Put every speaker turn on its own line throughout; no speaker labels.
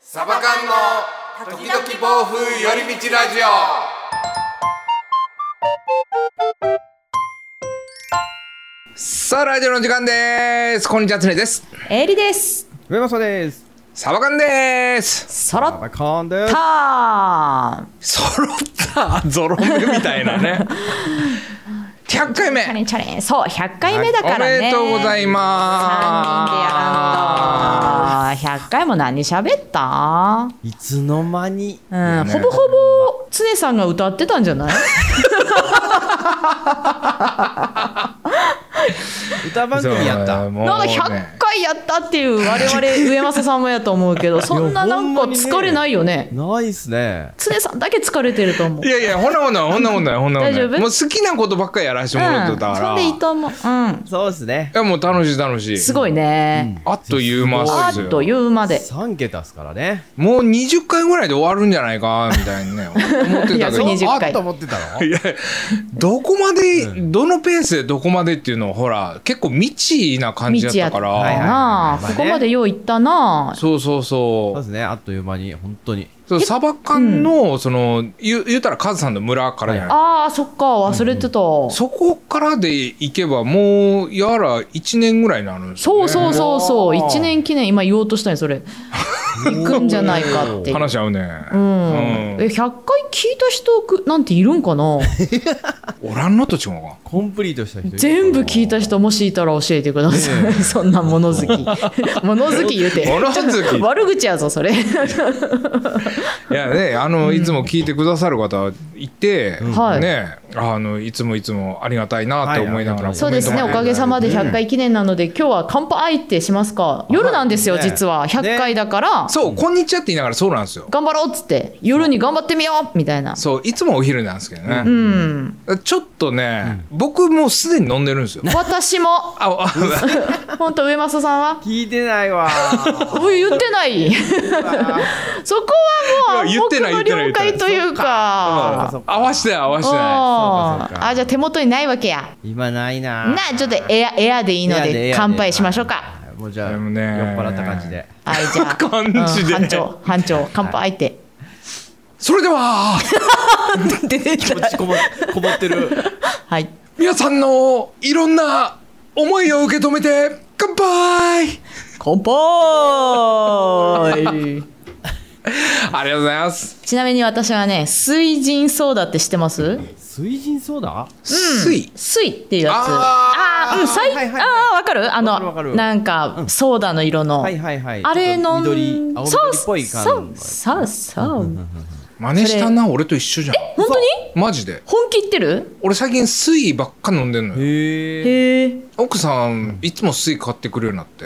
サバ缶の時々暴風寄り道ラジオさあラジオの時間ですこんにちはつねです
エリです。
上正です。
サバ缶です
そろっ
バカーンです。
た
揃ったゾロ目みたいな ね100回目
チャレンチャレン。そう、100回目だからね。
おめでとうござい
3人でや
ま
らんと。100回も何喋った
いつの間に。
うん、
ね
ほぼほぼ常さんが歌ってたんじ ゃない
歌番
す
組やった。
も
なんか100回やったっていう我々上政さんもやと思 うけどそんななんか疲れないよね
ないっすね。
常さんだけ疲れてると思う
いやいやほんなことないほんなこと ないほんなことな
大
い
丈夫
もう好きなことばっかりやらせてもらってた
う
か
ん、そ
ら、
んでい
い
いと思う、うん、
そうですね。
やもう楽しい楽しい
すごいね、
あっという間
あ
で
っ
すよ
という間で
三桁っすからね。
もう20回ぐらいで終わるんじゃないかみたいにね思ってたけど
いや20
あ
回
っと思ってたの。
いやどこまで、どのペースでどこまでっていうのをほら結構未知な感じだったから、
未
知やったはいはい
なあ、
まあね
ここまでよういったなあ
そうそう
そう
そ
ですね。あっという間に本当に。
うそうサバ缶のその言う言うたらカズさんの村からじゃない、
あーそっか忘れてた、
そこからでいけばもうやら1年ぐらいになるんですよ、
そ
ね、
うそうそうそう
ね
1年記念今言おうとしたねそ れ行くんじゃないかっていう
話し合うね、
うん、
うん
え100回聞いた人くなんているんか な
おらんのと違うのか
コンプリートした人いる。
全部聞いた人もしいたら教えてください、
ね
そんな物好き物好き言うて
物好き
ちょっと悪口やぞそれ
いやねあの、いつも聞いてくださる方いて、
はい
ねあのいつもいつもありがたいなって思いながら、
はい
そうですね
コ
お
メントも
かげさまで100回記念なので、今日は乾杯ってしますか夜なんですよ、
ね
実は100回だから、
そうこんにちはって言いながらそうなんですよ
頑張ろうっつって夜に頑張ってみようみたいな
そういつもお昼なんですけどね、
うん
ちょっとね、僕もうすでに飲んでるんですよ
私も
ああ
本当上政さんは
聞いてないわ。
おい言ってないそこはもう
いや
暗
言ってない
黙の了解というか
そうか
合わせて合わせて
そうか
あ
そう
ー
か
あじゃあ手元にないわけや
今ないな。
なあちょっとエアエアでいいの
いや
で乾杯しましょう。
いや
か
はいもうじゃあ
で
酔っ
もね
払った感じで。
はい じゃあ
感じで
うん班長班長乾杯って
それでは
出てき
こっちこも こもってる。
はい
皆さんのいろんな思いを受け止めて乾杯
乾杯
ありがとうございます、
ちなみに私はね水神ソーダって知ってます
水神ソーダ？
水
水っていうやつ
あ
ああーうん最
はいはいはい
ああわかるあ
わかるわか
の
る
なんかソーダの色の
はいはいはい。
あれの
ちょっと緑青緑っぽい
そう
感じ。
そうそう
真似したな俺と一緒じゃん
本当に
マジで
本気言ってる
俺最近水ばっか飲んでんのよ
へえ。
へえ
奥さんいつも水買ってくるようになって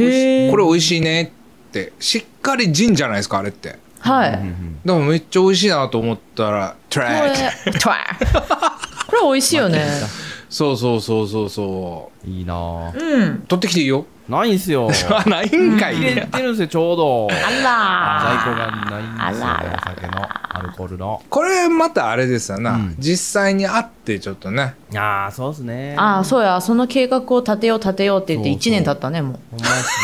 へえ
これ美味しいねってしっかりジンじゃないですかあれって
はい
でもめっちゃ美味しいなと思ったらト
こ
ライク
れこれ美味しいよね
そうそうそうそうそ
いいなぁ。
うん
う取ってきていいよ
ないん すよ。
あないんかい
入れてるんですよ、ちょうど。
あ
在庫
ら
がないんですよ
あらあ
ね、
ら
お酒の、アルコールの。
これまたあれですよな、
うん
実際に会ってちょっとね
ああ、そうですね。
ああそうやその計画を立てよう立てようって言って
そうそ
1
う
年経ったねもう
ほんま です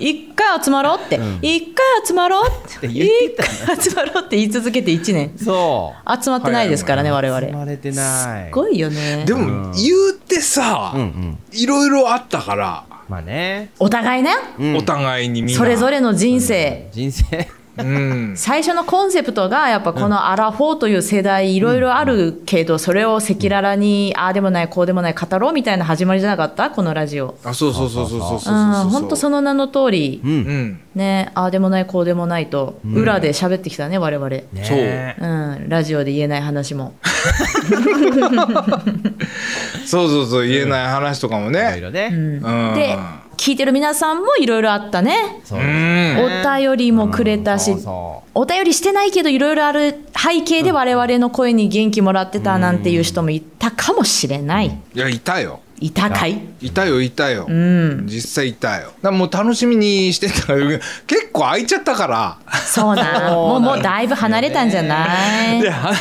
一回集まろうって
うん
一回集まろうって
って言って
一回集まろうって言い続けて1年
ね。そう。
集まってないですからね我々
生まれてない。
すごいよね
で
う
も
ん
言うてさ、
うんうん。
いろいろあったから、
まあね。
お互いね
うん
お互いにみんな
それぞれの人生
人生。
うん
最初のコンセプトがやっぱこのアラフォーという世代いろいろあるけどそれを赤裸々にああでもないこうでもない語ろうみたいな始まりじゃなかったこのラジオ
あそうそうそうそうそうそううそうんそう
本当その名の通り
う。
うんん
ねああでもないこうでもないと裏で喋ってきたね我々
ね
うんラジオで言えない話も
そうそうそう言えない話とかも
え。いろ
ね
いろね。
うん
で聞いてる皆さんもいろいろあったね
そうう。
ん
お便りもくれたし
そうそ
お便りしてないけどいろいろある背景で我々の声に元気もらってたなんていう人もいたかもしれない、
いやいたよ
いたかい
いたよいたよ、実際いたよだからもう楽しみにしてた 結構空いちゃったから
そうなんもうもうだいぶ離れたんじゃない
いや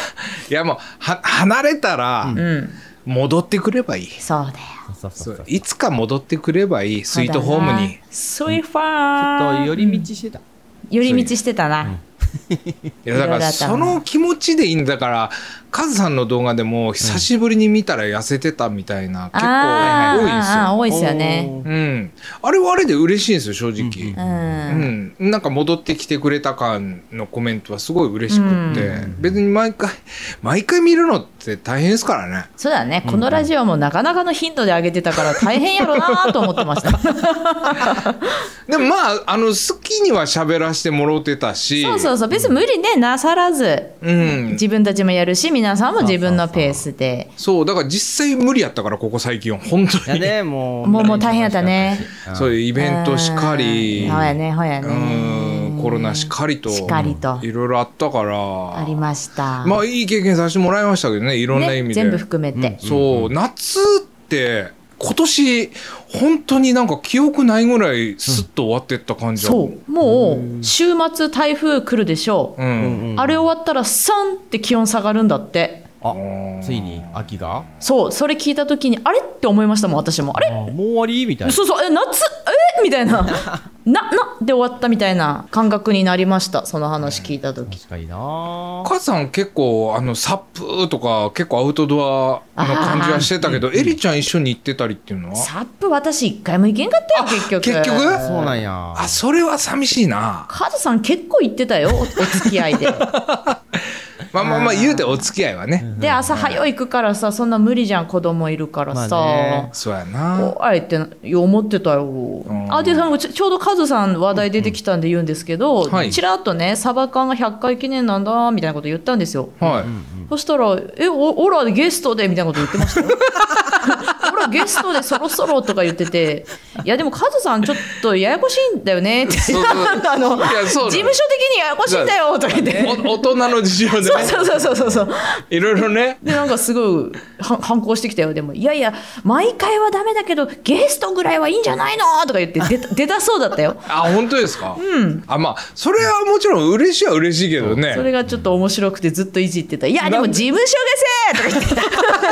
いやもうは離れたら
うん
戻ってくればいい、
そうだよ
う。そうそ
そう
そうう。
いつか戻ってくればいいスイートホームに
そうだなスイートホーム
と寄り道してた。
寄り道してたな。
いやだからその気持ちでいいんだからカズさんの動画でも久しぶりに見たら痩せてたみたいな、結
あ
構多いんです
ーあー
よ。
多いですよね。
うん、あれはあれで嬉しいんですよ正直、
う。
うんんなんか戻ってきてくれた感のコメントはすごい嬉しくって、
うん
別に毎回毎回見るのって大変ですからね
そうだね。このラジオもなかなかの頻度で上げてたから大変やろうなと思ってました。
でもまああの好きには喋らせてもろてたし
そうそうそう。別に無理ね、なさらず。
うん、
自分たちもやるし、皆さんも自分のペースで。
そうだから実際無理やったからここ最近は本当
いや
に、
ね、もう。
もうもう大変やったね
う ん。
そういうイベントしかり
うんほやね、ほや
う
ね
ん。コロナしっかりと
しっかりと
いろいろあったから
ありました。
まあいい経験させてもらいましたけどねいろんな意味
ね、
で、
全部含めて。
そう夏って今年本当になんか記憶ないぐらいスッと終わってった感じだもん
そう。もう、週末台風来るでしょう。
う、
うんんうん
あれ終わったら、サンって気温下がるんだって。
あ、ついに秋が
そう、それ聞いたときに、あれって思いましたもん、私も。あ
あ
れ
もう終わりみたいな。
そうそう、え、夏えみたいな。 な、な、で終わったみたいな感覚になりました、その話聞いたとき。
確かにな
母さん結構あのサップーとか結構アウトドアの感じはしてたけどエリちゃん一緒に行ってたりっていうのは
サップ私一回も行けんかったよ、結局。
結局
そうなんや。
あそれは寂しいな
カズさん結構行ってたよ、おお付き合 いで。
まあまあまあ言うてお付き合いはね
で、朝早行くからさ、そんな無理じゃん、子供いるからさ。
まあね
そうやな
おあえて思ってたよ。
ん
あでなんかちょちょうどカズさん話題出てきたんで言うんですけど、
はい
ちらっとねサバ缶が100回記念なんだみたいなこと言ったんですよ。
はい、
そしたら「えおオラゲストで」みたいなこと言ってましたよ。 オラゲストでそろそろとか言ってて「いやでもカズさんちょっとややこしいんだよね」って
そうそう
なん かあの
いやそうなの
事務所的にややこしいんだよ」とか言って。
お大人の事情でね
そうそうそうそうそう。
いろいろね
でなんかすごいは反抗してきたよでも「いやいや毎回はダメだけどゲストぐらいはいいんじゃないの?」とか言って出た出たそうだったよ
あ本当ですか、あまあそれはもちろん嬉しいは嬉しいけどね
それがちょっと面白くてずっといじってた「いやでも
なんで
事務所がせ!」とか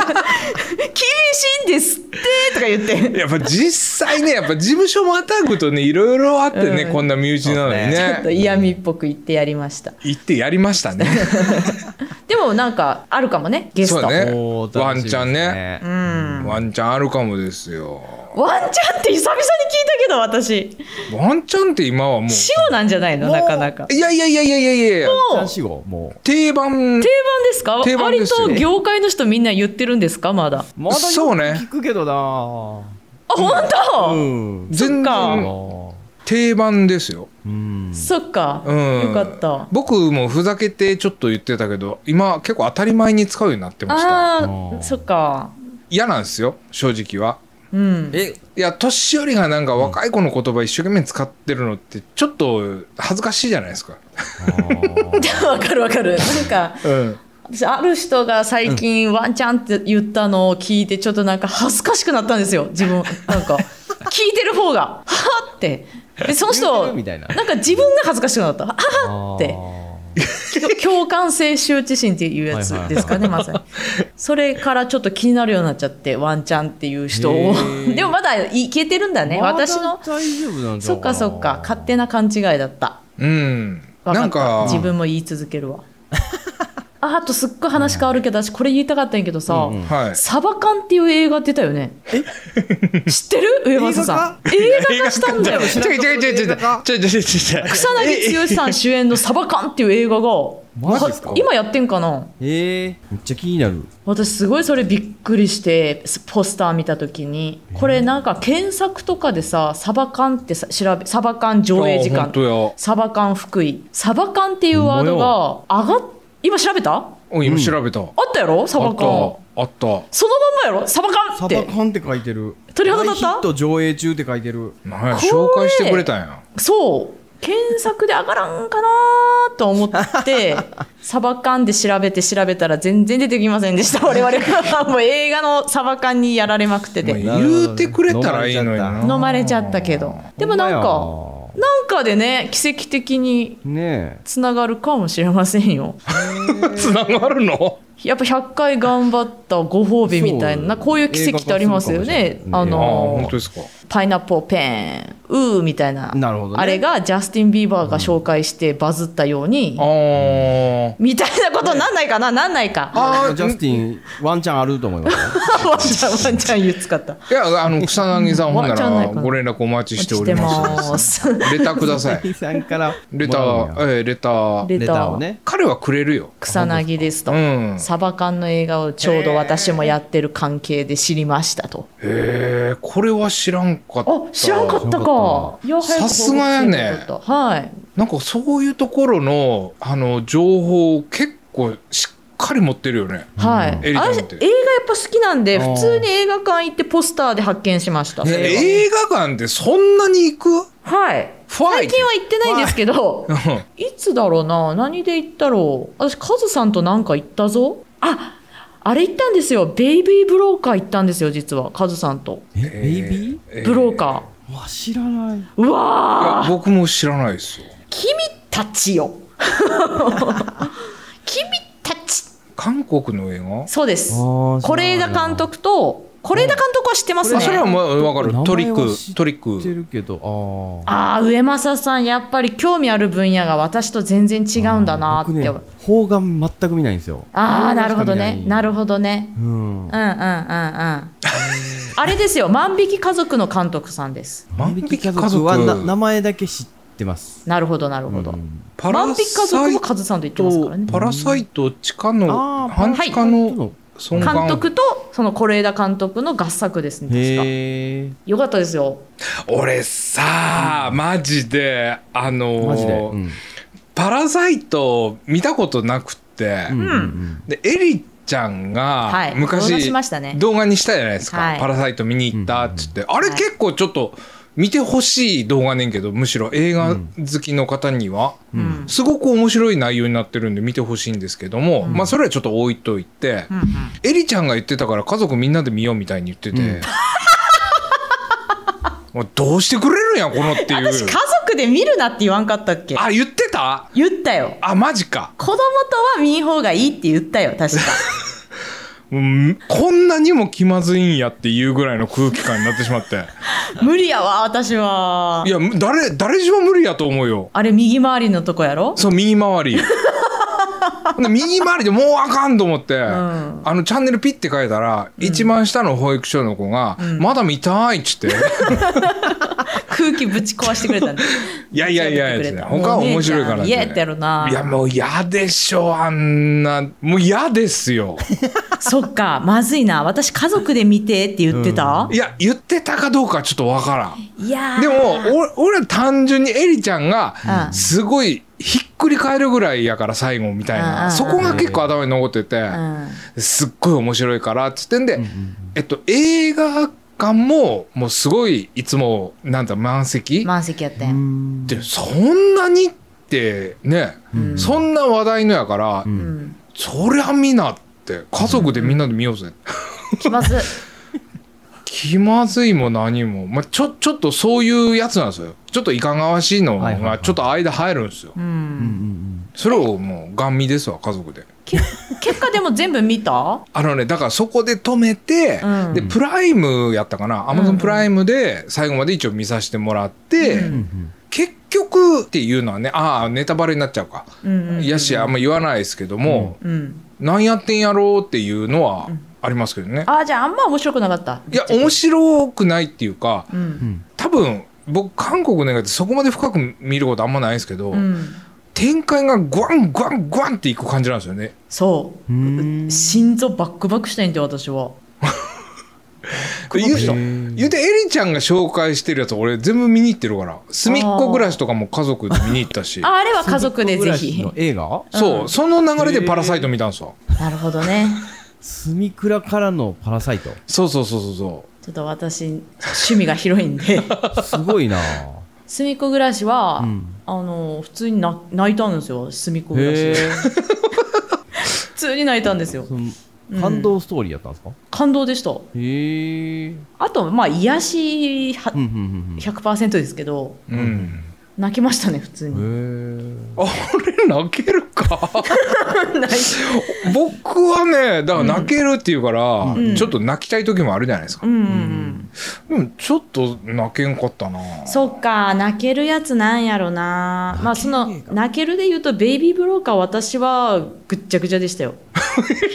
言ってた「 厳しいんですって!」とか言って。
やっぱ実際ねやっぱ事務所またぐとねいろいろあってね、
うん
こんな身内なのに
ちょっと
ね
嫌味っぽく言ってやりました
行ってやりましたね
でもなんかあるかもねゲスト
そうだね
おー
ワンチャンね。
楽しみです
ワンチャンあるかもですよ
ワンチャンって久々に聞いたけど私
ワンチャンって今はもう
塩なんじゃないのなかなか
いやいやいやいやいやいやいや
ワ
もう
ンチャン死後、もう。
定番
定番ですか
定番ですよ
割と業界の人みんな言ってるんですかまだ
まだ
そうね
よく聞くけどな
あ本当、
うん。
全
そっ
然
か
定番ですよ、
うん。
そっか、
うん、
よかった。
僕もふざけてちょっと言ってたけど今結構当たり前に使うようになってました
あ
う
あ、
ん
そっか。
嫌なんですよ正直は
うん。
え、
いや年寄りがなんか若い子の言葉一生懸命使ってるのってちょっと恥ずかしいじゃないですか。
あー
わかるわかる。なんか、
うん、
私、ある人が最近、ワンチャンって言ったのを聞いて、ちょっとなんか恥ずかしくなったんですよ、自分。なんか、聞いてる方が、はぁって。で、その
言うて
人、
るみたいな
なんか自分が恥ずかしくなった。はぁって。共感性羞恥心っていうやつですかね、まさに。それからちょっと気になるようになっちゃって、ワンチャンっていう人
へ
を。
ー
でもまだいけてるんだね、
まだ
私の。
大丈夫なんじゃ
そ
な
っかそっか勝手な勘違いだった
うん、
わ
なん
った
か
自分も言い続けるわああとすっごい話変わるけど私これ言いたかったんやけどさ、
うんうん
はい
サバ缶っていう映画出たよね 知ってる上松さん映画化したんだよ
ちょいちょいちょいちょいちょいちょいちょいちょい
草薙剛さん主演の「サバ缶」っていう映画が
マジっすか
は今やってんかな
えー、めっちゃ気になる
私すごいそれびっくりしてポスター見た時にこれなんか検索とかでさ「サバ缶」ってさ調べ「サバ缶上映時
あ
間」
本当や
サバ缶福井サバ缶っていうワードが上がっ今調べたあ
お今調べた、あ
ったやろサバ
っ
缶
たあった
そのまんまやろサバ缶
サ
っ
バ
て
缶って書いてる
鳥肌立った
大ヒット上映中って書いてる
なんや
これ
紹介してくれたんや
そう検索で上がらんかなと思って サバ缶で調べて調べたら全然出てきませんでした我々が もう映画のサバ缶にやられまくってて
まあ言うてくれたらいいのにな
飲まれちゃったけどでもなんか
ほんまや
なんかでね奇跡的に
ね
つながるかもしれませんよ
つながるの
やっぱ100回頑張ったご褒美みたいな
そう
こういう奇跡ってありますよね
映画化する
あ
かもしれない
ああー本
の
当ですか
パイナップルペンうーみたいな
なるほどね
あれがジャスティン・ビーバーが紹介してバズったように、
あー
みたいなことになんないかな、なんないか
あー
ジャスティンワンチャンあると思 いますよ
ワンちゃんワンちゃん言っつかった
いやあの 草薙さんほんな
終わっちゃわな
ら
いかな
ご連絡お待ちしており
お待ちして
ま
ますす
レターくださ い
井さんから
レタ
もらうんや
ーええレター
レ
レターをね
彼はくれるよ
草薙ですと、
うん
サバ缶の映画をちょうど私もやってる関係で知りましたと
へえこれは知らんかった
あ知らんかった
知らんか
かいや早く
さすがやね
報告しようと思ったはい
なんかそういうところのあの情報を結構しっかり持ってるよね
はい、
エリちゃんっ
私映
て
画やっぱ好きなんで
あー
普通に映画館行ってポスターで発見しました
ね映画館ってそんなに行く
はい
ファイ
最近は行ってないんですけど
うん
いつだろうな何で行ったろう私カズさんとなんか行ったぞああれ行ったんですよベイビーブローカー行ったんですよ実はカズさんと
えベイビ
え
ブローカ
ーわ知らないう
い
わー
や僕も知らないですよ
君た ちよ君たち
韓国の映画
そうです
あー
是枝監督と是枝監督は知ってます
あそれは
ね
まあ分かるトリッ
名前は知
ク
っ
トリッ
知っ
ク
てるけどああ
ああ上政さんやっぱり興味ある分野が私と全然違うんだなーって
僕ね邦画全く見ないんですよ
ああなるほどねなる
ほ
ほどね
どう
うんうんうんう
ん
んあれですよ万引き家族の監督さんです
万引き家族
はな名前だけ知ってます
なるほどなるほど、
うん
パ
万引き家族も
と
カズさんと言ってますからね
パラサイト地下の
あー
半地下の孫
監
監
督とその是枝監督の合作ですね確か
へえ
よかったですよ
俺さあマジであの
マジで
ー
うん
パラサイト見たことなくって
うんうん
でエリちゃん
は
が
い動画
昔
しましたね
動画にしたじゃないですか「
はい
パラサイト見に行った」っつってあれ
はい
結構ちょっと見てほしい動画ねんけどむしろ映画好きの方には
うん
うん
すごく面白い内容になってるんで見てほしいんですけどもまあそれはちょっと置いといて
うんうん
エリちゃんが言ってたから家族みんなで見ようみたいに言って
う ん
てもうどうしてくれるんやこのっていう
私家族で見るなって言わんかったっけ
あ言ってた
言ったよ
あマジか
子供とは見ん方がいいって言ったよ確か
うんこんなにも気まずいんやっていうぐらいの空気感になってしまって。
無理やわ私はい
や、む誰、誰しも無理やと思うよ。
あれ右回りのとこやろ
そう、右回り。で右回りでもうあかんと思って、
ん
あのチャンネルピッて変えたら、一番下の保育所の子が、まだ見たいっ つって、
空気ぶち壊してくれたんで
いやいやいや
ぶち壊して
い
くれ
や
た
他は面白いから
もう
ね
お姉ちゃん嫌やったやろない
や、もう嫌でしょ、あんな、もう嫌ですよ。
そっかまずいな私家族で見てって言ってた、
いや、言ってたかどうかちょっとわからん。
いやー
でも、お俺は単純にエリちゃんが
う、ん
すごいひっくり返るぐらいやから最後みたい
うんうんう
な、
ん
そこが結構頭に残ってて、すっごい面白いから、つってんで、えっと、映画館も、もうすごい、いつも、なんだ、満
う
席
ん、満席やった
う
やん、
ん
で、そんなにって、ね、
うん
そんな話題のやから、
ん
うん
そりゃ見なって、家族でみんなで見ようぜ。
気まずい
気まずいも何も、まあ、ちょちょっとそういうやつなんですよちょっといかがわしいの
はいはいは
が
い
ちょっと間入るんですよ、
う
うんうん
ん
うん
それをもうガン見ですわ家族で
け結果でも全部見た
あのねだからそこで止めて、
うん
でプライムやったかなアマゾンプライムで最後まで一応見させてもらって、
う
うんうん
結局っていうのはねああネタバレになっちゃうか、
うんうん
いやしあんま言わないですけども、
うん
なん、何やってんやろうっていうのはありますけどね、
あーじゃああんま面白くなかった
いや面白くないっていうか、
うん
うん
多分僕韓国の映画ってそこまで深く見ることあんまないんですけど、
うん
展開がグワングワングワンっていく感じなんですよね
そううん心臓バックバックしたいんで私は
言う
へー
言うてエリちゃんが紹介してるやつ俺全部見に行ってるから「すみっこ暮らし」とかも家族で見に行ったし
ああれは家族でぜひ
の映画
そう、
うん
その流れで「パラサイト」見たんですよ、
なるほどね
スミクラからのパラサイト
そうそうそうそうそ
ちょっと私趣味が広いん で
す ごいな
隅っこ暮らしは、
うん
あの普通にな泣いたんですよ隅っこ暮ら
へ
し
え
普通に泣いたんですよ
その感動ストーリーやったんですか
感動でした
へえ
あとまあ癒しは
うんうん
100%ですけど
ううん、
泣きましたね普通
う
に
んへえ
あれ泣ける か
泣い
僕はねだから泣けるっていうから、
うん
ちょっと泣きたい時もあるじゃないですか、
うんうんうん
でもちょっと泣けんかったな
そっか泣けるやつなんやろなまあその
泣けねえか
泣けるで言うとベイビーブローカー私はぐっちゃぐちゃでしたよ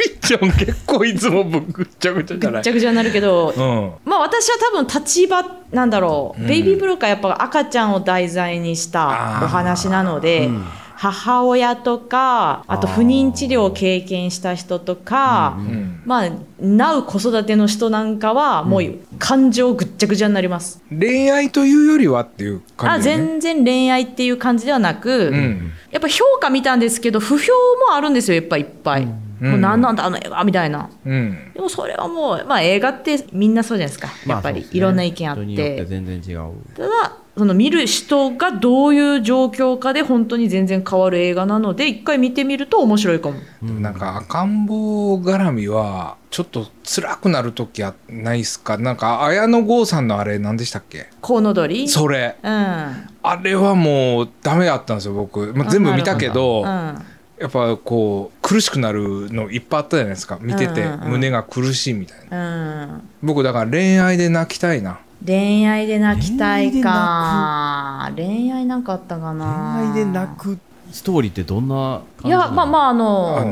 りっちゃん結構いつも僕ぐっちゃぐちゃじゃ
ぐ
な
っ
い
ちゃぐちゃになるけど
うん
まあ私は多分立場なんだろう、
うん
ベイビーブローカーやっぱ赤ちゃんを題材にしたお話なので、母親とかあと不妊治療を経験した人とか、
うん
まあなう子育ての人なんかはもう感情ぐっちゃぐちゃになります、
恋愛というよりはっていう
あ
感じだよね
全然恋愛っていう感じではなく、
うん
やっぱ評価見たんですけど不評もあるんですよやっぱいっぱい、
うん
もう何なんだあの映画みたいな
うん
でもそれはもう、まあ、映画ってみんなそうじゃないですかやっぱりいろんな意見あって,、
人によって全然違う
ただその見る人がどういう状況かで本当に全然変わる映画なので一回見てみると面白いかも
でもなんか赤ん坊絡みはちょっと辛くなる時はないっすかなんか綾野剛さんのあれ何でしたっけ
コウノドリ
それ
うん、うん
あれはもうダメだったんですよ僕、まあ、
あ
全部見たけど
あ
やっぱこう苦しくなるのいっぱいあったじゃないですか見てて
うんうんうん
胸が苦しいみたいな
うん、
僕だから恋愛で泣きたいな
恋愛で泣きたいか恋愛なんかあったか
恋
な
愛で泣くストーリーってどんな感じ
いやまあまああの
あ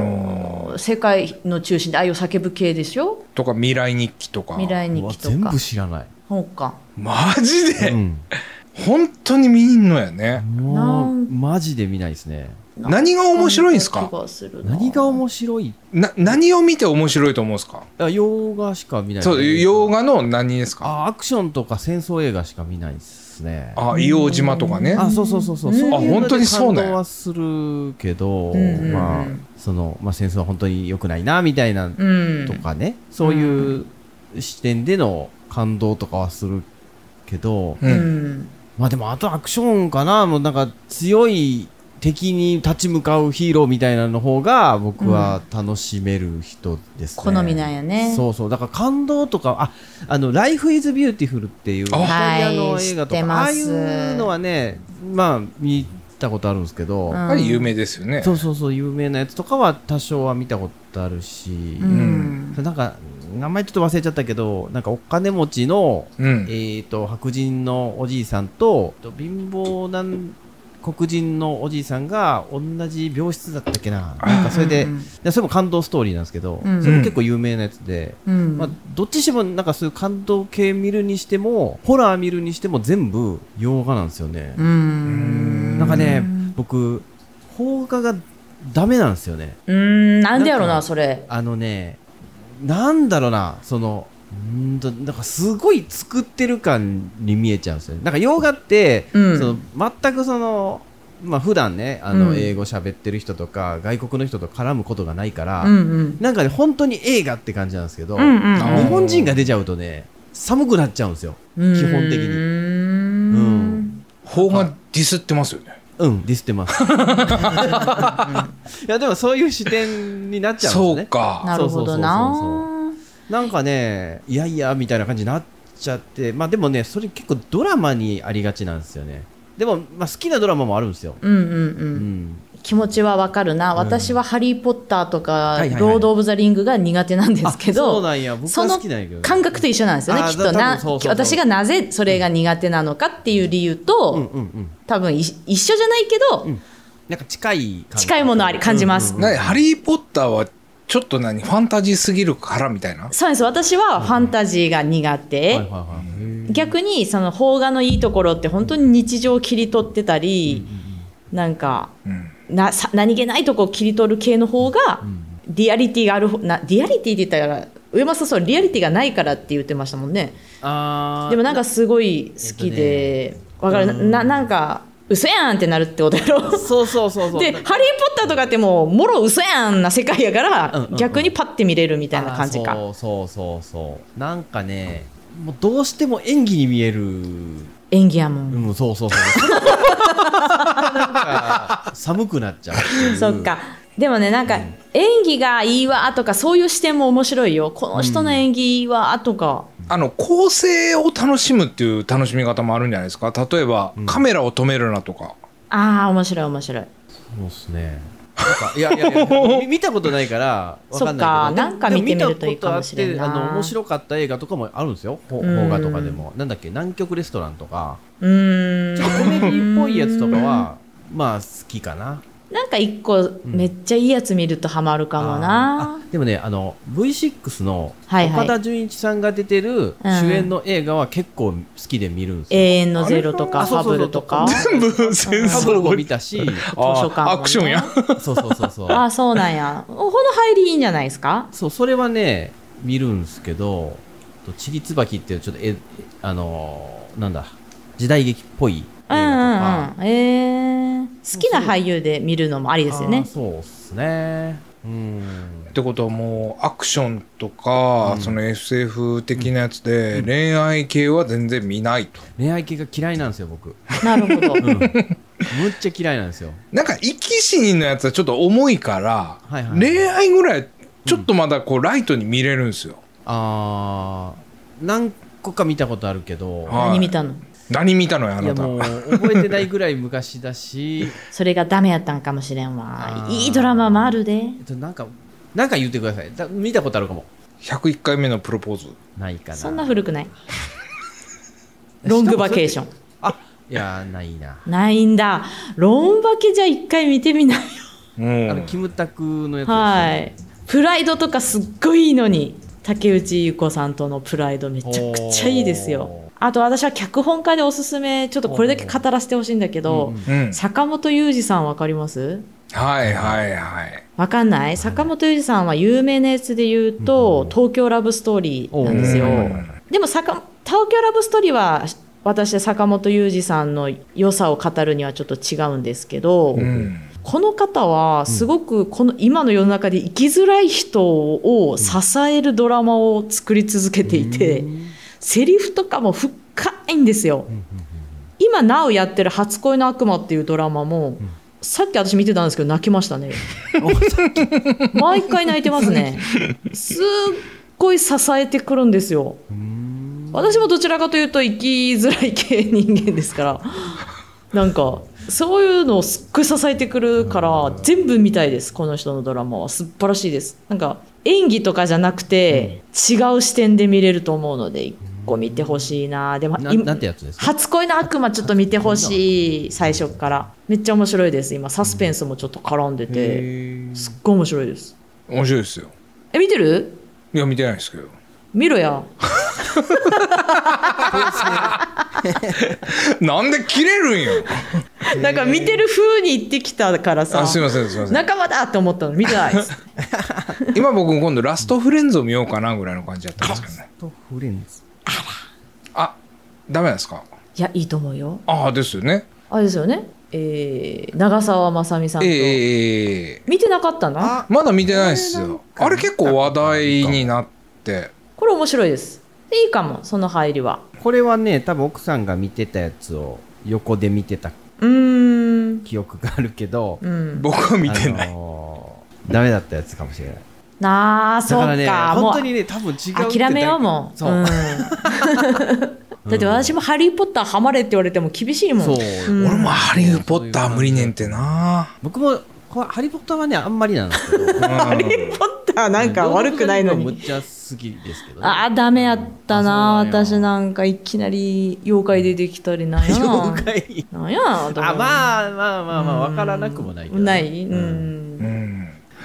の
世界の中心で愛を叫ぶ系でしょ
とか未来日記とか
未来日
うわ
記と
全
か
部知らない
そうか
マジで、
うん
本当に見んのやね
もう
なん
マジで見ないですね
何が面白いんす
なん気
か
がするな
何が面白い
な何を見て面白いと思うんですか
あ洋画しか見ない
そう洋画の何ですか
あアクションとか戦争映画しか見ないですね
あ硫黄島とかね
あそうそうそうそう、
うん
そういうので
あ本当にそうね
感動はするけど、
うんうんうん
まあその、まあ、戦争は本当に良くないなみたいな
うん
とかね、そういう視点での感動とかはするけど、
う
うんん
まあでもあとアクションかなもうなんか強い敵に立ち向かうヒーローみたいなの方が僕は楽しめる人ですね、
好みなんやね
そうそうだから感動とかああの「Life is Beautiful」っていうイ
あ
タリアの映画と
はい知って
か、
ます
ああいうのはねまあ見たことあるんですけど、
うん
やっぱり有名ですよね
そうそうそう有名なやつとかは多少は見たことあるし、
うん
なんか名前ちょっと忘れちゃったけどなんかお金持ちの
うん
えー、と白人のおじいさんとえっと貧乏なん黒人のおじいさんが同じ病室だったっけななんかそれで
うん
でそれも感動ストーリーなんですけど、
うん
それも結構有名なやつで、
うん
まあ、どっちにしてもなんかそういう感動系見るにしてもホラー見るにしても全部洋画なんですよね、
うん
なんかね
うん
僕邦画がダメなんですよね
うんなんでやろうな
なんか
それ
あのねなんだろうなそのうーんとなんかすごい作ってる感に見えちゃうんですよねなんか洋画って、
うん
その全くそのまあ普段ねあの
うん
英語喋ってる人とか、外国の人と絡むことがないから、
うんうん
なんかね本当に映画って感じなんですけど、
うんうん
あ
日本人が出ちゃうとね寒くなっちゃうんですよ
うん
基本的に
うん
邦画ディスってますよね
うんディスってます いやでもそういう視点になっちゃうん
そ
です
う
ね
か
なるほどな
そうそうなんかね、いやいやみたいな感じになっちゃって、まあでもね、それ結構ドラマにありがちなんですよね。でも、まあ、好きなドラマもあるんですよ。
うんうんう
うんん。
気持ちはわかるな、
ん
私は「ハリー・ポッター」とか
はいはい
「
はい
ロード・オブ・ザ・リング」が苦手なんですけ
あそう
ど
なんや、僕
そ
は
の
好きなんやけどね、
感覚と一緒なんですよね
あー
きっと
だ多
な
分そうそうそう
私がなぜそれが苦手なのかっていう理由と、
うんうんうん。
多分い一緒じゃないけど、
うんなんか近い感覚
近いものあり感じます
うんうんうん
なハリー・ポッターはちょっと何ファンタジーすぎるからみたいな
そうなんです私はファンタジーが苦手、
はいはいはい。
逆にその邦画のいいところって本当に日常を切り取ってたり、なんか
うん
なさ何気ないとこを切り取る系の方が、リアリティがある方なリアリティって言ったら上松さんそうリアリティがないからって言ってましたもんね
あー
でもなんかすごい好きで、わかるなななんか嘘やんってなるってことやろ
そうそうそうそう。
で「ハリー・ポッター」とかってもうもろ嘘やんな世界やから、
うんうんうん
逆にパッて見れるみたいな感じ
あ
か
ーそうそうそうそう。なんかね、もうどうしても演技に見える
演技やもん、
うん、そうそうそう。なんか寒くなっちゃうていう。
そっかでもねなんか、演技がいいわとかそういう視点も面白いよこの人の演技いいわとか、
あの構成を楽しむっていう楽しみ方もあるんじゃないですか例えば、カメラを止めるなとか
ああ面白い面白い
そうっすね。なんかいやいやいやみ見たことないからわかんないけど
そっかなんか見てみるといいかもしれんな
で見たことあってあの面白かった映画とかもあるんですよ
う
ほ
ん
邦画とかでもなんだっけ南極レストランとか
うーん
ちょっとコメディっぽいやつとかはまあ好きかな
なんか一個めっちゃいいやつ見るとハマるかもな
あーでもねあの V6 の
はいはい
岡田准一さんが出てる主演の映画は結構好きで見るんですよ、
永遠のゼロとか
あれ
ファブルとか
あそ
全
う
部戦
ハブル
争
も見 たし
あ
図書館もね
アクションや
そうそうそうそう
あそうなんやこの入りいいんじゃないですか
そう、それはね、見るんですけど、とちりつばきっていう、ちょっと、え、あのーなんだ、時代劇っぽい映
う
画
んうん
とか。
うんえー、好きな俳優で見るのもありですよ
あー
ね
そうですね。うん
っ。てことはもうアクションとか、
うん
その SF 的なやつで、恋愛系は全然見ないと
恋愛系が嫌いなんですよ、僕。
なるほど
うん。むっちゃ嫌いなんですよ。
なんか生き死にのやつはちょっと重いから、
はいはい
恋愛ぐらいちょっとまだこうライトに見れるんですよ、
あー、何個か見たことあるけど、
はい
何見たの
何見たのよあ
いや
なた
もう、覚えてないぐらい昔だし、
それがダメやったんかもしれんわ
あー
いいドラマもあるで
えっと、なんか、なんか言ってください。だ見たことあるかも。
101回目のプロポーズ
ないかな。
そんな古くないロングバケーション
あ、いやー、ないな。
ないんだロンバケじゃ一回見てみ ない
うん
あのキムタクのやつですよね
はい。プライドとかすっごいいいのに、竹内優子さんとのプライドめちゃくちゃいいですよ
お。
あと私は脚本家でおすすめ、ちょっとこれだけ語らせてほしいんだけど、
うん、
坂本雄二さんわかります
はいはいはい
わかんない坂本雄二さんは有名なやつで言うと、東京ラブストーリーなんですよ
う。
でも坂、東京ラブストーリーは、私は坂本雄二さんの良さを語るにはちょっと違うんですけど、
うん
この方はすごくこの今の世の中で生きづらい人を支えるドラマを作り続けていて、セリフとかも深いんですよ。今なおやってる「初恋の悪魔」っていうドラマも、さっき私見てたんですけど泣きましたね毎回泣いてますねすっごい支えてくるんですよ私もどちらかというと生きづらい系人間ですからなんかそういうのをすっごい支えてくるから全部見たいですこの人のドラマは素晴らしいですなんか演技とかじゃなくて、違う視点で見れると思うので一個見てほしいなでも
な
今
なんてやつですか
初恋の悪魔ちょっと見てほしい最初からめっちゃ面白いです今サスペンスもちょっと絡んでてすっごい面白いです
面白いですよ
え見てる
いや見てないですけど
見ろや
なんで切れるん よ
なんか見てる風に言ってきたからさ
あすいませんすいません
仲間だって思ったの見て ないです
今僕今度ラストフレンズを見ようかなぐらいの感じだったんですけどね
とフレンズ
あダメなんですか
いやいいと思うよ
ああですよね
あれですよねえー、長澤まさみさん
え
と、
えええええ
見てなかったな
まだ見てないっすよ
これなんか
あれ結構話題になって
これ面白いですでいいかもその入りは
これはね多分奥さんが見てたやつを横で見てた
うーん
記憶があるけど
うん
僕は見てない、
あのーダメだったやつかもしれない
なあ
だ
そう
か
から
ね
も
本当
う
にね多分違うってだけ
諦めようもう
そ う、
んだって私も「ハリー・ポッター」ハマれって言われても厳しいもん
そ
う
う、
ん
俺も「ハリー・ポッター」無理ねんてな
僕もこれハリポッターはねあんまりなんですけど
ハリ
「ポッター」 なんか悪くないの
むっ
に
ちゃ好きですけど、ね、
ああダメやったな
あそうなん
私
や
なんかいきなり妖怪出てきたりなんやな
妖怪
なんやな
あまあまあまあまあ
うん
わからなくもないけどね
ないうん、
うん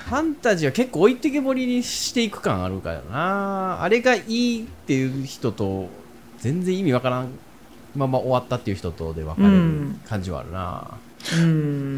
ファンタジーは結構置いてけぼりにしていく感あるからなあれがいいっていう人と全然意味わからんまま終わったっていう人とで分かれる感じはあるな、
うー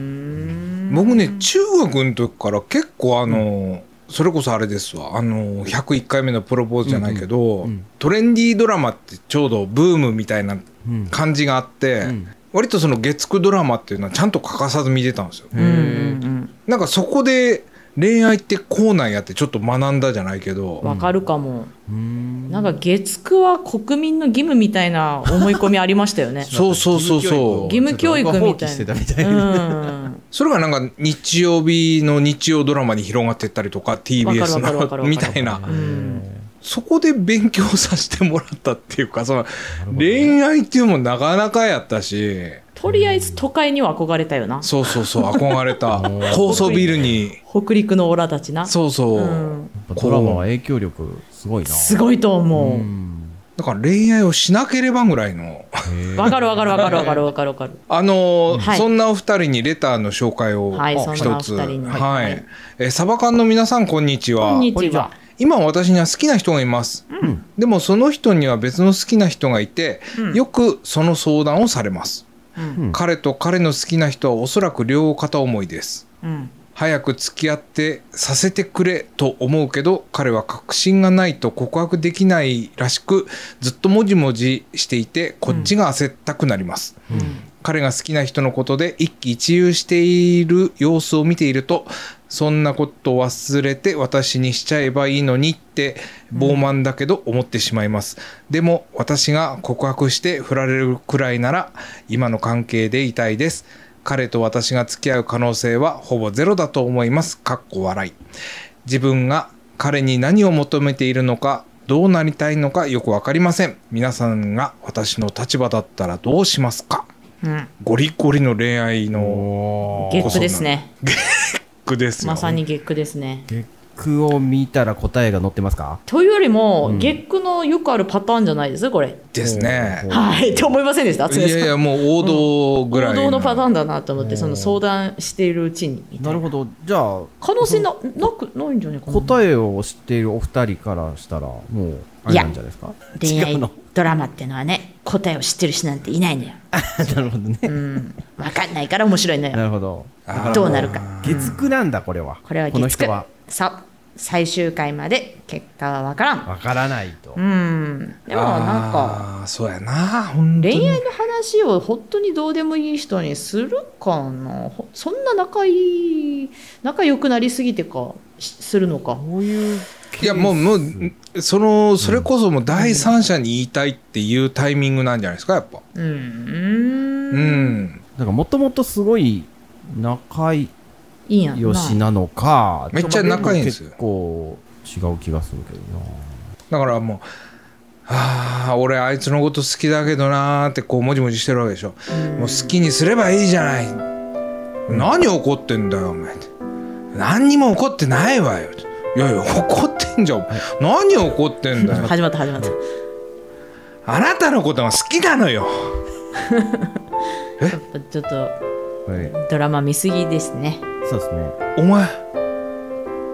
ん
僕ね中学の時から結構あの、それこそあれですわあの101回目のプロポーズじゃないけど、
うんうん
トレンディードラマってちょうどブームみたいな
うん
感じがあって、
うん
割とその月9ドラマっていうのはちゃんと欠かさず見てたんですよ。
うんうん
なんかそこで恋愛ってこうなんやってちょっと学んだじゃないけど、
うんわかるかも、
うん
なんか月9は国民の義務みたいな思い込みありましたよね
そうそうそうそう
義務教育みたいな
放棄してたみた
う
いな、
ん
それがなんか日曜日の日曜ドラマに広がってったりとか
わ
TBS
かるわかるわかるわか
の
る
みたいな
うん
そこで勉強させてもらったっていうかその恋愛っていうのもなかなかやったし
とりあえず都会には憧れたよな
そうそうそう憧れた高層ビルに
北陸のオラたちな
そうそう、
うん
やっぱドラマは影響力すごいな。
すごいと思
うん
だから恋愛をしなければぐらいの
うわかるわかるわかるわかるわかるわかる
あのー
はい
そんなお二人にレターの紹介を
はいそんな
一つ、
お
は
二
い
人にはい
えーサバ缶の皆さんこんにちは
こんにちは
今私には好きな人がいます、でもその人には別の好きな人がいて、
うん
よくその相談をされます、
うん
うん
彼と彼の好きな人はおそらく両片思いです
うん
早く付き合ってさせてくれと思うけど彼は確信がないと告白できないらしくずっともじもじしていてこっちが焦ったくなります、彼が好きな人のことで一喜一憂している様子を見ているとそんなことを忘れて私にしちゃえばいいのにって傲慢だけど思ってしまいます、でも私が告白して振られるくらいなら今の関係でいたいです彼と私が付き合う可能性はほぼゼロだと思いますかっこ笑い自分が彼に何を求めているのかどうなりたいのかよくわかりません皆さんが私の立場だったらどうしますか
うん
ゴリゴリの恋愛の
お
ゲ
ー
ックですね
句ですよ
まさにゲックですね
月句を見たら答えが載ってますか
というよりも、ゲックのよくあるパターンじゃないですこれ。
ですね
はい、って思いませんでした
い
つねさん
やいやもう王道ぐらい
行動のパターンだなと思っ
う
て、
ん
その相談しているうちにみたいな。
なるほど。じゃあ、
可能性ななくないんじゃないかな。
答えを知っているお二人からしたら、もう、あれなんじゃないですか
恋
違う
愛
の。
ドラマってのはね、答えを知ってる人なんていないのよ。
なるほどね。
うん、わかんないから面白いの
な
よ。
るほど。
あー
どうなるか。
月9なんだ、これは。
これは
この
月
人
9
は。
さ最終回まで結果はわからん。
わからないと。
うん、でもなんか。
あーそうやな本当に
恋愛の話を本当にどうでもいい人にするかなほそんな仲いい仲良くなりすぎてかしするのか
こういうケース。
いやもうもうそのそれこそもう第三者に言いたいっていうタイミングなんじゃないですかやっぱ
うん
うん、
なんか、もともとすごい仲良
いいやんな
しなのか、
めっちゃ仲いいんですよ
結構違う気がするけど
だ
な。
からもうああ俺あいつのこと好きだけどなーってこうもじもじしてるわけでしょもう好きにすればいいじゃない何怒ってんだよお前って何にも怒ってないわよいやいや怒ってんじゃんお前何怒ってんだよ
始まった始まった
あなたのことが好きなのよ
やっぱちょっと
はい。
ドラマ見すぎですね
そうですね。
お前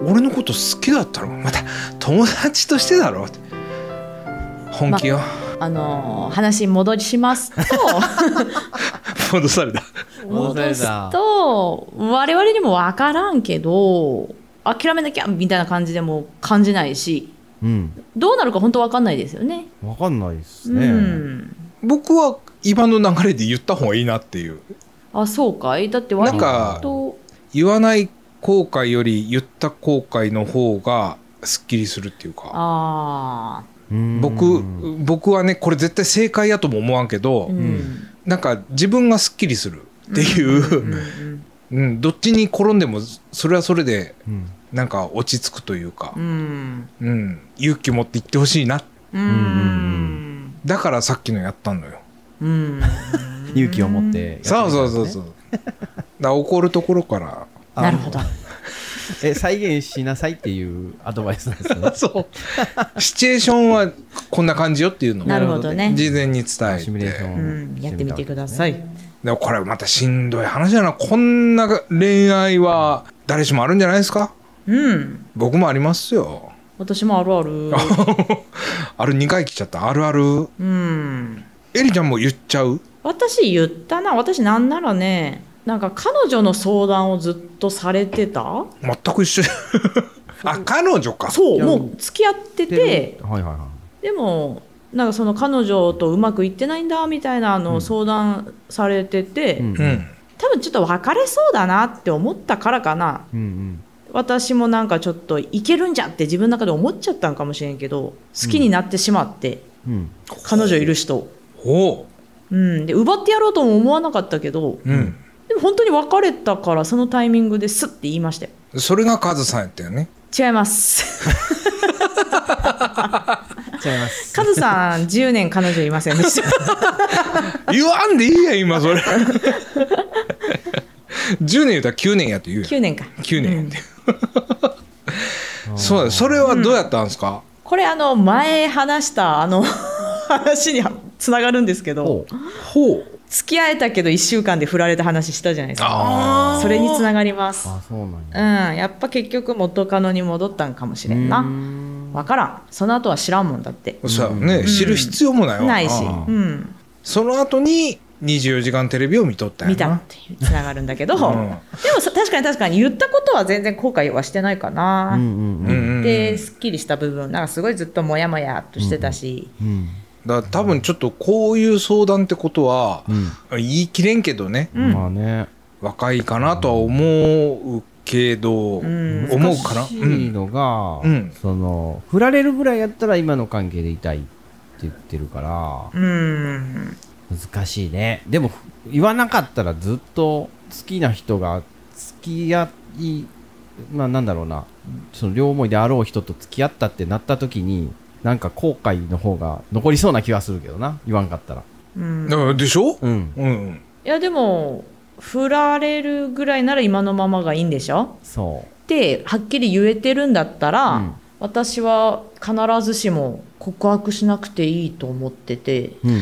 俺のこと好きだったろまた友達としてだろって本気よ、
あのー話戻りしますと
戻された
戻すと我々にも分からんけど諦めなきゃみたいな感じでも感じないし
うん。
どうなるか本当分かんないですよね
わかんないです
う
ね。
ん
僕は今の流れで言った方がいいなっていう
あそうかいだって割
なんか
と
言わない後悔より言った後悔の方がすっきりするっていうか
あ
うん
僕僕はねこれ絶対正解やとも思わんけど、
あうん
なんか自分がすっきりするって
うん
いう、
うん
うん、どっちに転んでもそれはそれで
うん
なんか落ち着くというか
う、ん
うん、勇気持って言ってほしいな
うんうん
だからさっきのやったのよ。
うん
勇気を持ってやってみた
そ
ん
う
です
そうそう そ
ね
う。だから怒るところから。
あ
なるほど
え再現しなさいっていうアドバイスなんですね
そう。シチュエーションはこんな感じよっていうの
な
を
るほどね
事前に伝
シミ
え
ュレー
て
シ。ョ
う
ン
んやってみてくだ
い
さい
でもこれまたしんどい話だな。こんな恋愛は誰しもあるんじゃないですか
うん
僕もありますよ。
私もあるある
ある2回来ちゃった。あるある。
うん
エリちゃんも言っちゃう
私言ったな私なんならねなんか彼女の相談をずっとされてた
全く一緒。 あ、彼女か。
そ
いうや
もう付き合ってて
はいはいは
でもなんかその彼女とうまくいってないんだみたいなあの相談されてて、
いうん
う
うん
ん。
多分ちょっと別れそうだなって思ったからかな
うん
私もなんかちょっといけるんじゃって自分の中で思っちゃったんかもしれんけど好きになってしまって、
うん
彼女いる人を、
おう。
うん、で奪ってやろうとも思わなかったけど
うん。
でも本当に別れたからそのタイミングですって言いましたよ
それがカズさんやったよね。
違います
ちゃいます。
カズさん10年彼女いませんでした
言わんでいいやん今それ 10年言うたら9年やって言うやん
9年か
9年やって、そうだそれはどうやったんですか、
これあの前話したあの 話につながるんですけど
ほう。ほう。
付き合えたけど1週間で振られた話したじゃないですか
あ
それにつながります
あ、そうな
う
ん
ん
や。
やっぱ結局元カノに戻ったんかもしれん
う
な
ーん
分からんその後は知らんもんだって
あそうやね、
ん
知る必要もないわ
ないし、
ああ
うん、
その後に24時間テレビを見とったんや
見
な
たっていうつながるんだけど、
ん
でもさ確かに確かに言ったことは全然後悔はしてないかな、
うんう
うん
んうん。
うん、
で
だ
すっきりした部分なんかすごいずっとモヤモヤっとしてたし、
うん。
から多分ちょっとこういう相談ってことは、言い切れんけどね
うん
まあね。
若いかなとは思うけど、
うん
思うかな、
難し
う
い
ん
のが、
うん
その、振られるぐらいやったら今の関係でいたいって言ってるから、
うん、
難しいね。でも、言わなかったらずっと好きな人が、付き合い、まあなんだろうな、その両思いであろう人と付き合ったってなった時に、なんか後悔の方が残りそうな気はするけどな、言わんかったら。
うん、
だからでしょ、
うん。
うん、
いやでも振られるぐらいなら今のままがいいんでしょ
そ
ってはっきり言えてるんだったら、
うん
私は必ずしも告白しなくていいと思ってて
う。うん。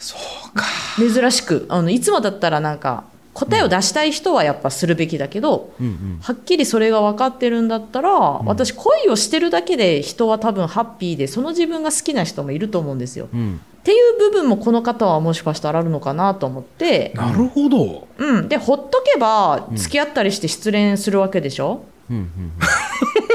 そうか
珍しくあのいつもだったらなんか答えを出したい人はやっぱするべきだけど、
うんうん。
はっきりそれが分かってるんだったら、私恋をしてるだけで人は多分ハッピーでその自分が好きな人もいると思うんですよ。
うん。
っていう部分もこの方はもしかしたらあるのかなと思って、
なるほど、
うん、でほっとけば付き合ったりして失恋するわけでしょ、
うんうん。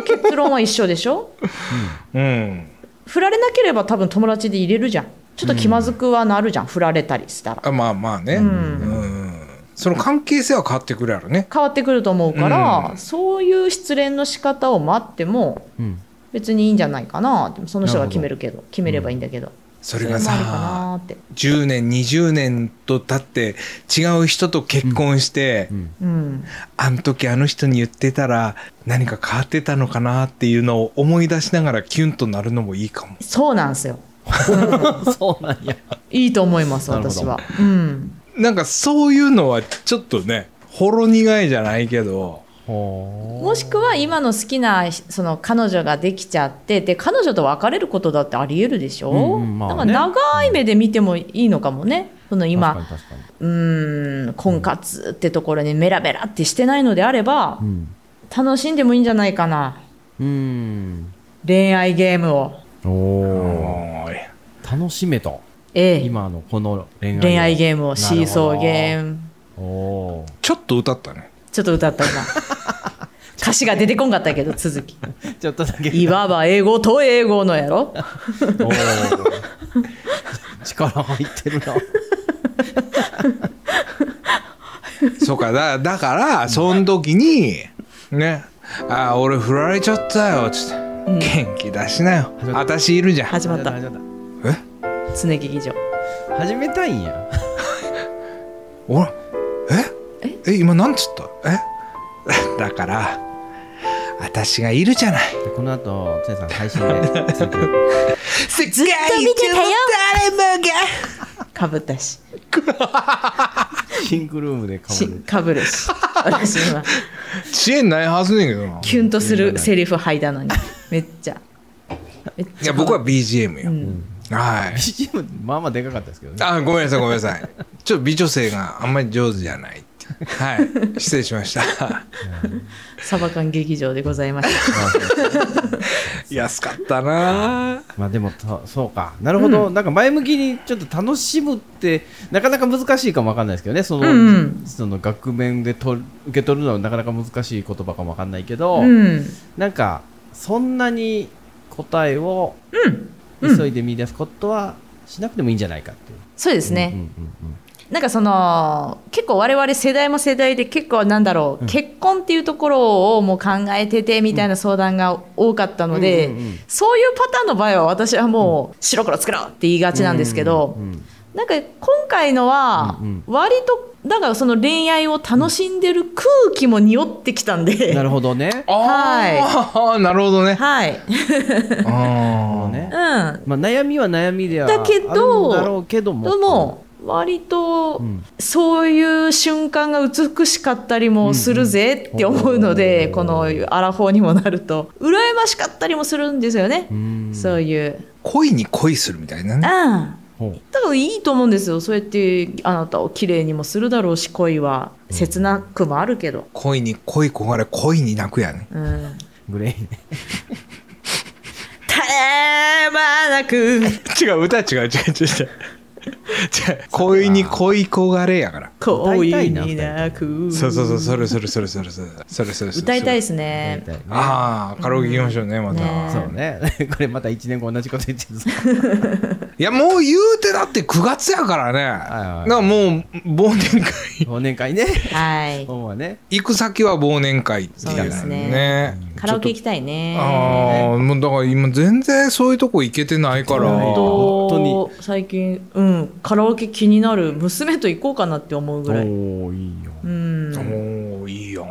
結論は一緒でしょ
うん、
振られなければ多分友達で入れるじゃんちょっと気まずくはなるじゃん、振られたりしたら
あまあまあね、うんその関係性は変わってくるやろね
変わってくると思うから、
うん
そういう失恋の仕方を待っても
うん。
別にいいんじゃないかなでもその人が
なる
決
ほど
めるけど決めればいいんだけど、
そ
そ
れ
れもあ
が
るか
さ
なって、
10年20年と経って違う人と結婚して、
うん
うん、
あの時あの人に言ってたら何か変わってたのかなっていうのを思い出しながらキュンとなるのもいいかも
そうなんですよ
そうなんや。
いいと思います
なるほど
私は、うん、
なんかそういうのはちょっとねほろ苦いじゃないけど
も
もしくは今の好きなその彼女ができちゃってで彼女と別れることだってあり得るでしょ、
うんうんまあ
だから長い目で見てもいいのかもねその今、
確かに確かに
うーん婚活ってところにメラメラってしてないのであれば、
うん
楽しんでもいいんじゃないかな
うん
恋愛ゲームを
おお
おーい
楽しめと
ええ
今のこの恋愛
恋愛ゲームをシーソーゲー
ム
ム
おおー
ちょっと歌ったね
ちょっと歌った 今歌詞が出てこんかったけど続き
ちょっとだけ
いわば英語と英語のやろ
おー力入ってる な
そうかだだからその時にね「あー俺振られちゃったよ」つって「元気出しなよ
始まった
私いるじゃん」
始まった
始まっ
え
常木議長
た始めたいんや
おらええ今なんつったえ だから私がいるじゃない
でこの後つやさん配信で続ける
世界一
見てたよ
誰もが
かぶったし
シンクルームでかぶ
し
る
かぶる し私今
知恵ないはずねんけどな
キュンとするセリフ吐いたのにめっちゃめっ
い
ちゃ
や僕は BGM よ、
ん
はい
BGM まあまあでかかったですけどね
あごめんなさいごめんなさいちょっと美女性があんまり上手じゃないってはい失礼しました
サバ缶劇場でございました
安かったな
まあでもとそうかなるほど、なんか前向きにちょっと楽しむってなかなか難しいかもわかんないですけどねその,、
うんうん
その額面でと受け取るのはなかなか難しい言葉かもわかんないけど、
うん
なんかそんなに答えを
うん
急いで見出すことはしなくてもいいんじゃないかっていう。
そうですね、
うんうんうん
なんかその結構我々世代も世代で結構なんだろう、
うん
結婚っていうところをもう考えててみたいな相談が多かったので、
うんうんうん
そういうパターンの場合は私はもう白黒作ろうって言いがちなんですけど、
うんうん
なんか今回のは
うん
割とだからその恋愛を楽しんでる空気も匂ってきたんで、
なるほどね。
ああ、なるほどね。
はい、
ああ、
ね
うん、
まあ、悩みは悩みではある
だ
ん
けど
だろうけども。
でも割と
うん
そういう瞬間が美しかったりもするぜって思うので、
うん
このアラフォーにもなると羨ましかったりもするんですよね、
うん
そういう。
恋に恋するみたいなね。
ああ
ほう
多分いいと思うんですよそうやってあなたを綺麗にもするだろうし恋は切なくもあるけど、
恋に恋焦がれ恋に泣くやね。
うん、
グレーね。
絶え間なく
違う、歌違う違う違う違う。違う恋に恋焦がれやから。
恋になく
そうそうそう、それそれそれそれそれそれそれ。
歌いた
い。
いですね
大体ね
ああ、カラオケ行きましょうね、ま
ね
た。
そうね。 これまた1年後同じこと言ってるぞ。
いや、もう言うてだって9月やからね。だ
はい
からもう忘年会。
忘年会ね。
はい
ほんまね。
行く先は忘年会っていう
そう
ね。
ですね
ね
カラオケ行きたいね
ああ、もうだから今全然そういうとこ行けてないから。
本
本
当本
当最近うんカラオケ気になる娘と行こうかなって思うぐらい
おーいいよ。
うん
もういいやん。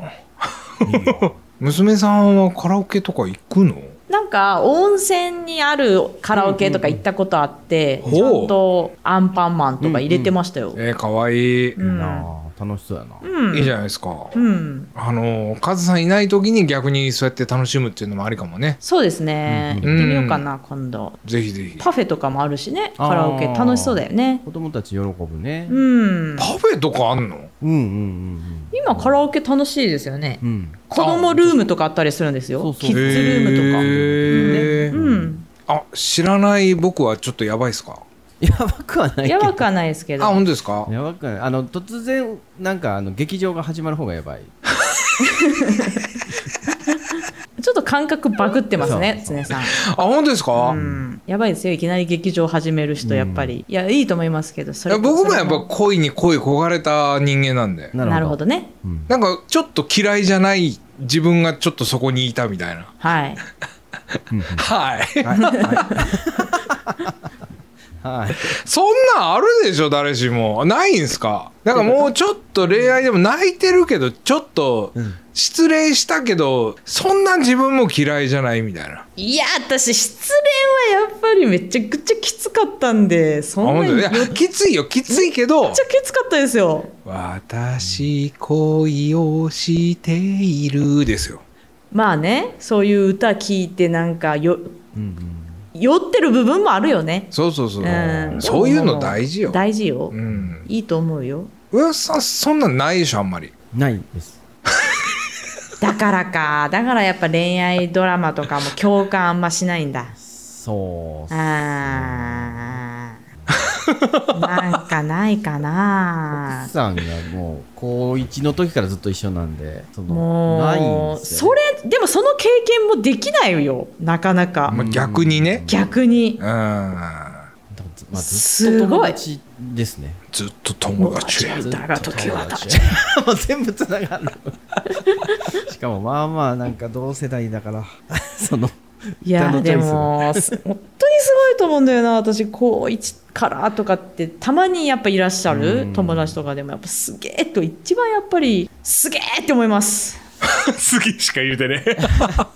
い いよ
娘さんはカラオケとか行くの
なんか温泉にあるカラオケとか行ったことあって、
うんうんうん
ちゃんとアンパンマンとか入れてましたよ。
えー、かわいい。
う
い
ん
いいなあ楽しそうやな。
うん
いじゃないですか。
うん
あの、カズさんいない時に逆にそうやって楽しむっていうのもありかもね。
そうですね、
うんうん
行ってみようかな今度
ぜひぜひ。
パフェとかもあるしね
あー
カラオケ楽しそうだよね
子供たち喜ぶね。
うん
パフェとかあんの
うんうんうん
今カラオケ楽しいですよね
うん。うん。
子供ルームとかあったりするんです
そ
よ
うそう
キッズルームとか
へー
うん
あ、知らない僕はちょっとやばいっすか
やばくはないけ
や
ど。
ばくはないですけ
あ、
ど
本当ですか
やばくない。あの、突然、なんか、あの、劇場が始まる方がやばい。
ちょっと感覚バグってますね
そう
常さん
あ、本当ですか、
うんやばいですよいきなり劇場始める人やっぱり、いやいいと思いますけどそ
い
れ
や僕もやっ
そ
ぱ
れ
恋に恋焦がれた人間なんで。
なるほどね
うん
なんかちょっと嫌いじゃない自分がちょっとそこにいたみたいな。
はい
うん
はい。
はい。
そんなんあるでしょ誰しもないんすかなんかもうちょっと恋愛でも泣いてるけどちょっと
うん
失恋したけどそんな自分も嫌いじゃないみたいない
や私失恋はやっぱりめちゃくちゃきつかったんで
あ
そん
本
な
当
に
い
め
や
っちゃ
きついよきついけど
きつかったですよ
「私恋をしている」ですよ
まあねそういう歌聞いてなんかよ
うんうん
酔ってる部分もあるよね
そうそうそう、
うん
そういうの大事よ
大事よ、
うん
いいと思うよ
上田さんそんなんないでしょあんまり
ないです。
だからかだからやっぱ恋愛ドラマとかも共感あんましないんだ
そうっす。
あー なんかないか
奥
な
さんがもう、高1の時からずっと一緒なんで、その、ないん
も
で
う
すよ
そ
ね。
れでもその経験もできないよなかなか、
まあ逆にね
逆に
うん
だからずまあずっ
す
と友
ごい
達ですね。
ずっと友達や
だが時は経ち
もう全部つながる しかもまあまあなんか同世代だから その
いやでもす本当にすごいと思うんだよな私高1からとかってたまにやっぱいらっしゃ
う
る
ん
友達とかでもやっぱすげえと一番やっぱりすげえって思います
すぎしか言うてね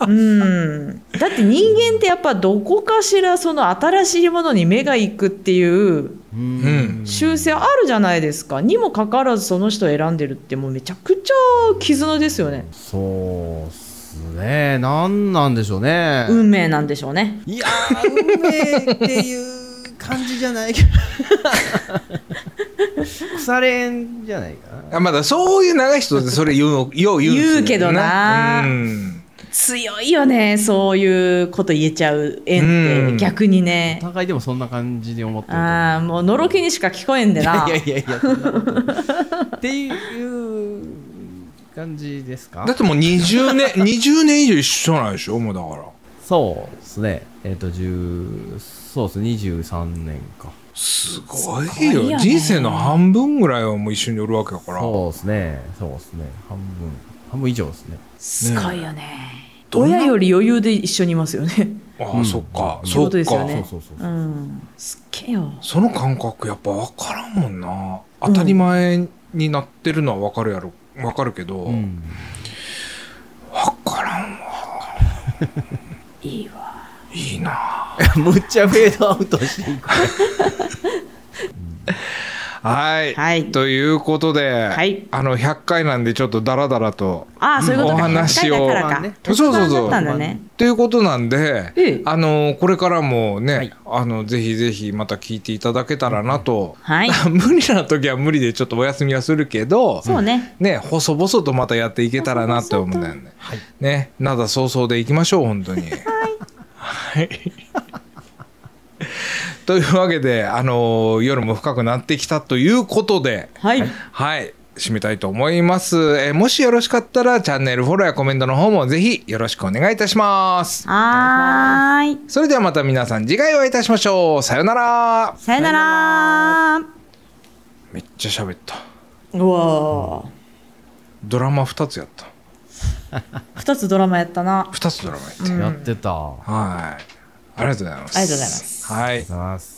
うんだって人間ってやっぱどこかしらその新しいものに目が行くっていう
う
うん
習性あるじゃないですかにもかかわらずその人を選んでるってもうめちゃくちゃ絆ですよね
そうっすねなんなんでしょうね、
運命なんでしょうね
いやー運命っていう感じじゃないけど 腐れんじゃないかな
あまだそういう長い人ってそれ言うのよう言うんですよ
言うけどな
うん
強いよねそういうこと言えちゃう縁っ
うん
て逆に
お
ね
互いでもそんな感じで思ってると思う
ああもうのろけにしか聞こえんでない
やいやいやそんなことっていう感じですか
だってもう20年20年以上一緒なんでしょもうだから
そうですね。えっ、と、10、そうですね、23年か。
すごいよ
すごいよね
人生の半分ぐらいはもう一緒におるわけだから
そうですね、そうですね、半分、半分以上ですね。
すごいよね
どんな
親より余裕で一緒にいますよね
ああ、
うん
そっか
うん
そ
そううです
か
よね
そうそうそう
う
そうん
すっげえよ
その感覚やっぱ分からんもんな当たり前になってるのは分かるやろ分かるけど、
うん
分からんわ
いいわ
いいな
むっちゃフェードアウトしていく。
はい、
はい
ということで、
はい
あの100回なんでちょっとダラダラと
ああそういうことか
お話を
100回だからか
そうそうそう
100だったんだね
ということなんで、
ええ
あのこれからもね、
はい
あのぜひぜひまた聞いていただけたらなと、
はい
無理な時は無理でちょっとお休みはするけど
そうね
ね細々とまたやっていけたらなって思うんだよね。ねなだ早々でいきましょう 本当に。はいというわけで、あの夜も深くなってきたということで。
はい
はい。締めたいと思います。えーもしよろしかったらチャンネルフォローやコメントの方もぜひよろしくお願いいたします。
はーい
それではまた皆さん次回お会いいたしましょう。さよなら。
さよなら
めっちゃ喋った。
うわー
ドラマ2つやった。
2つドラマやったな
2つドラマやって。
やってた。あ
はい。ありがとうございます。
ありがとうございます
はい
りがとうござい。ます。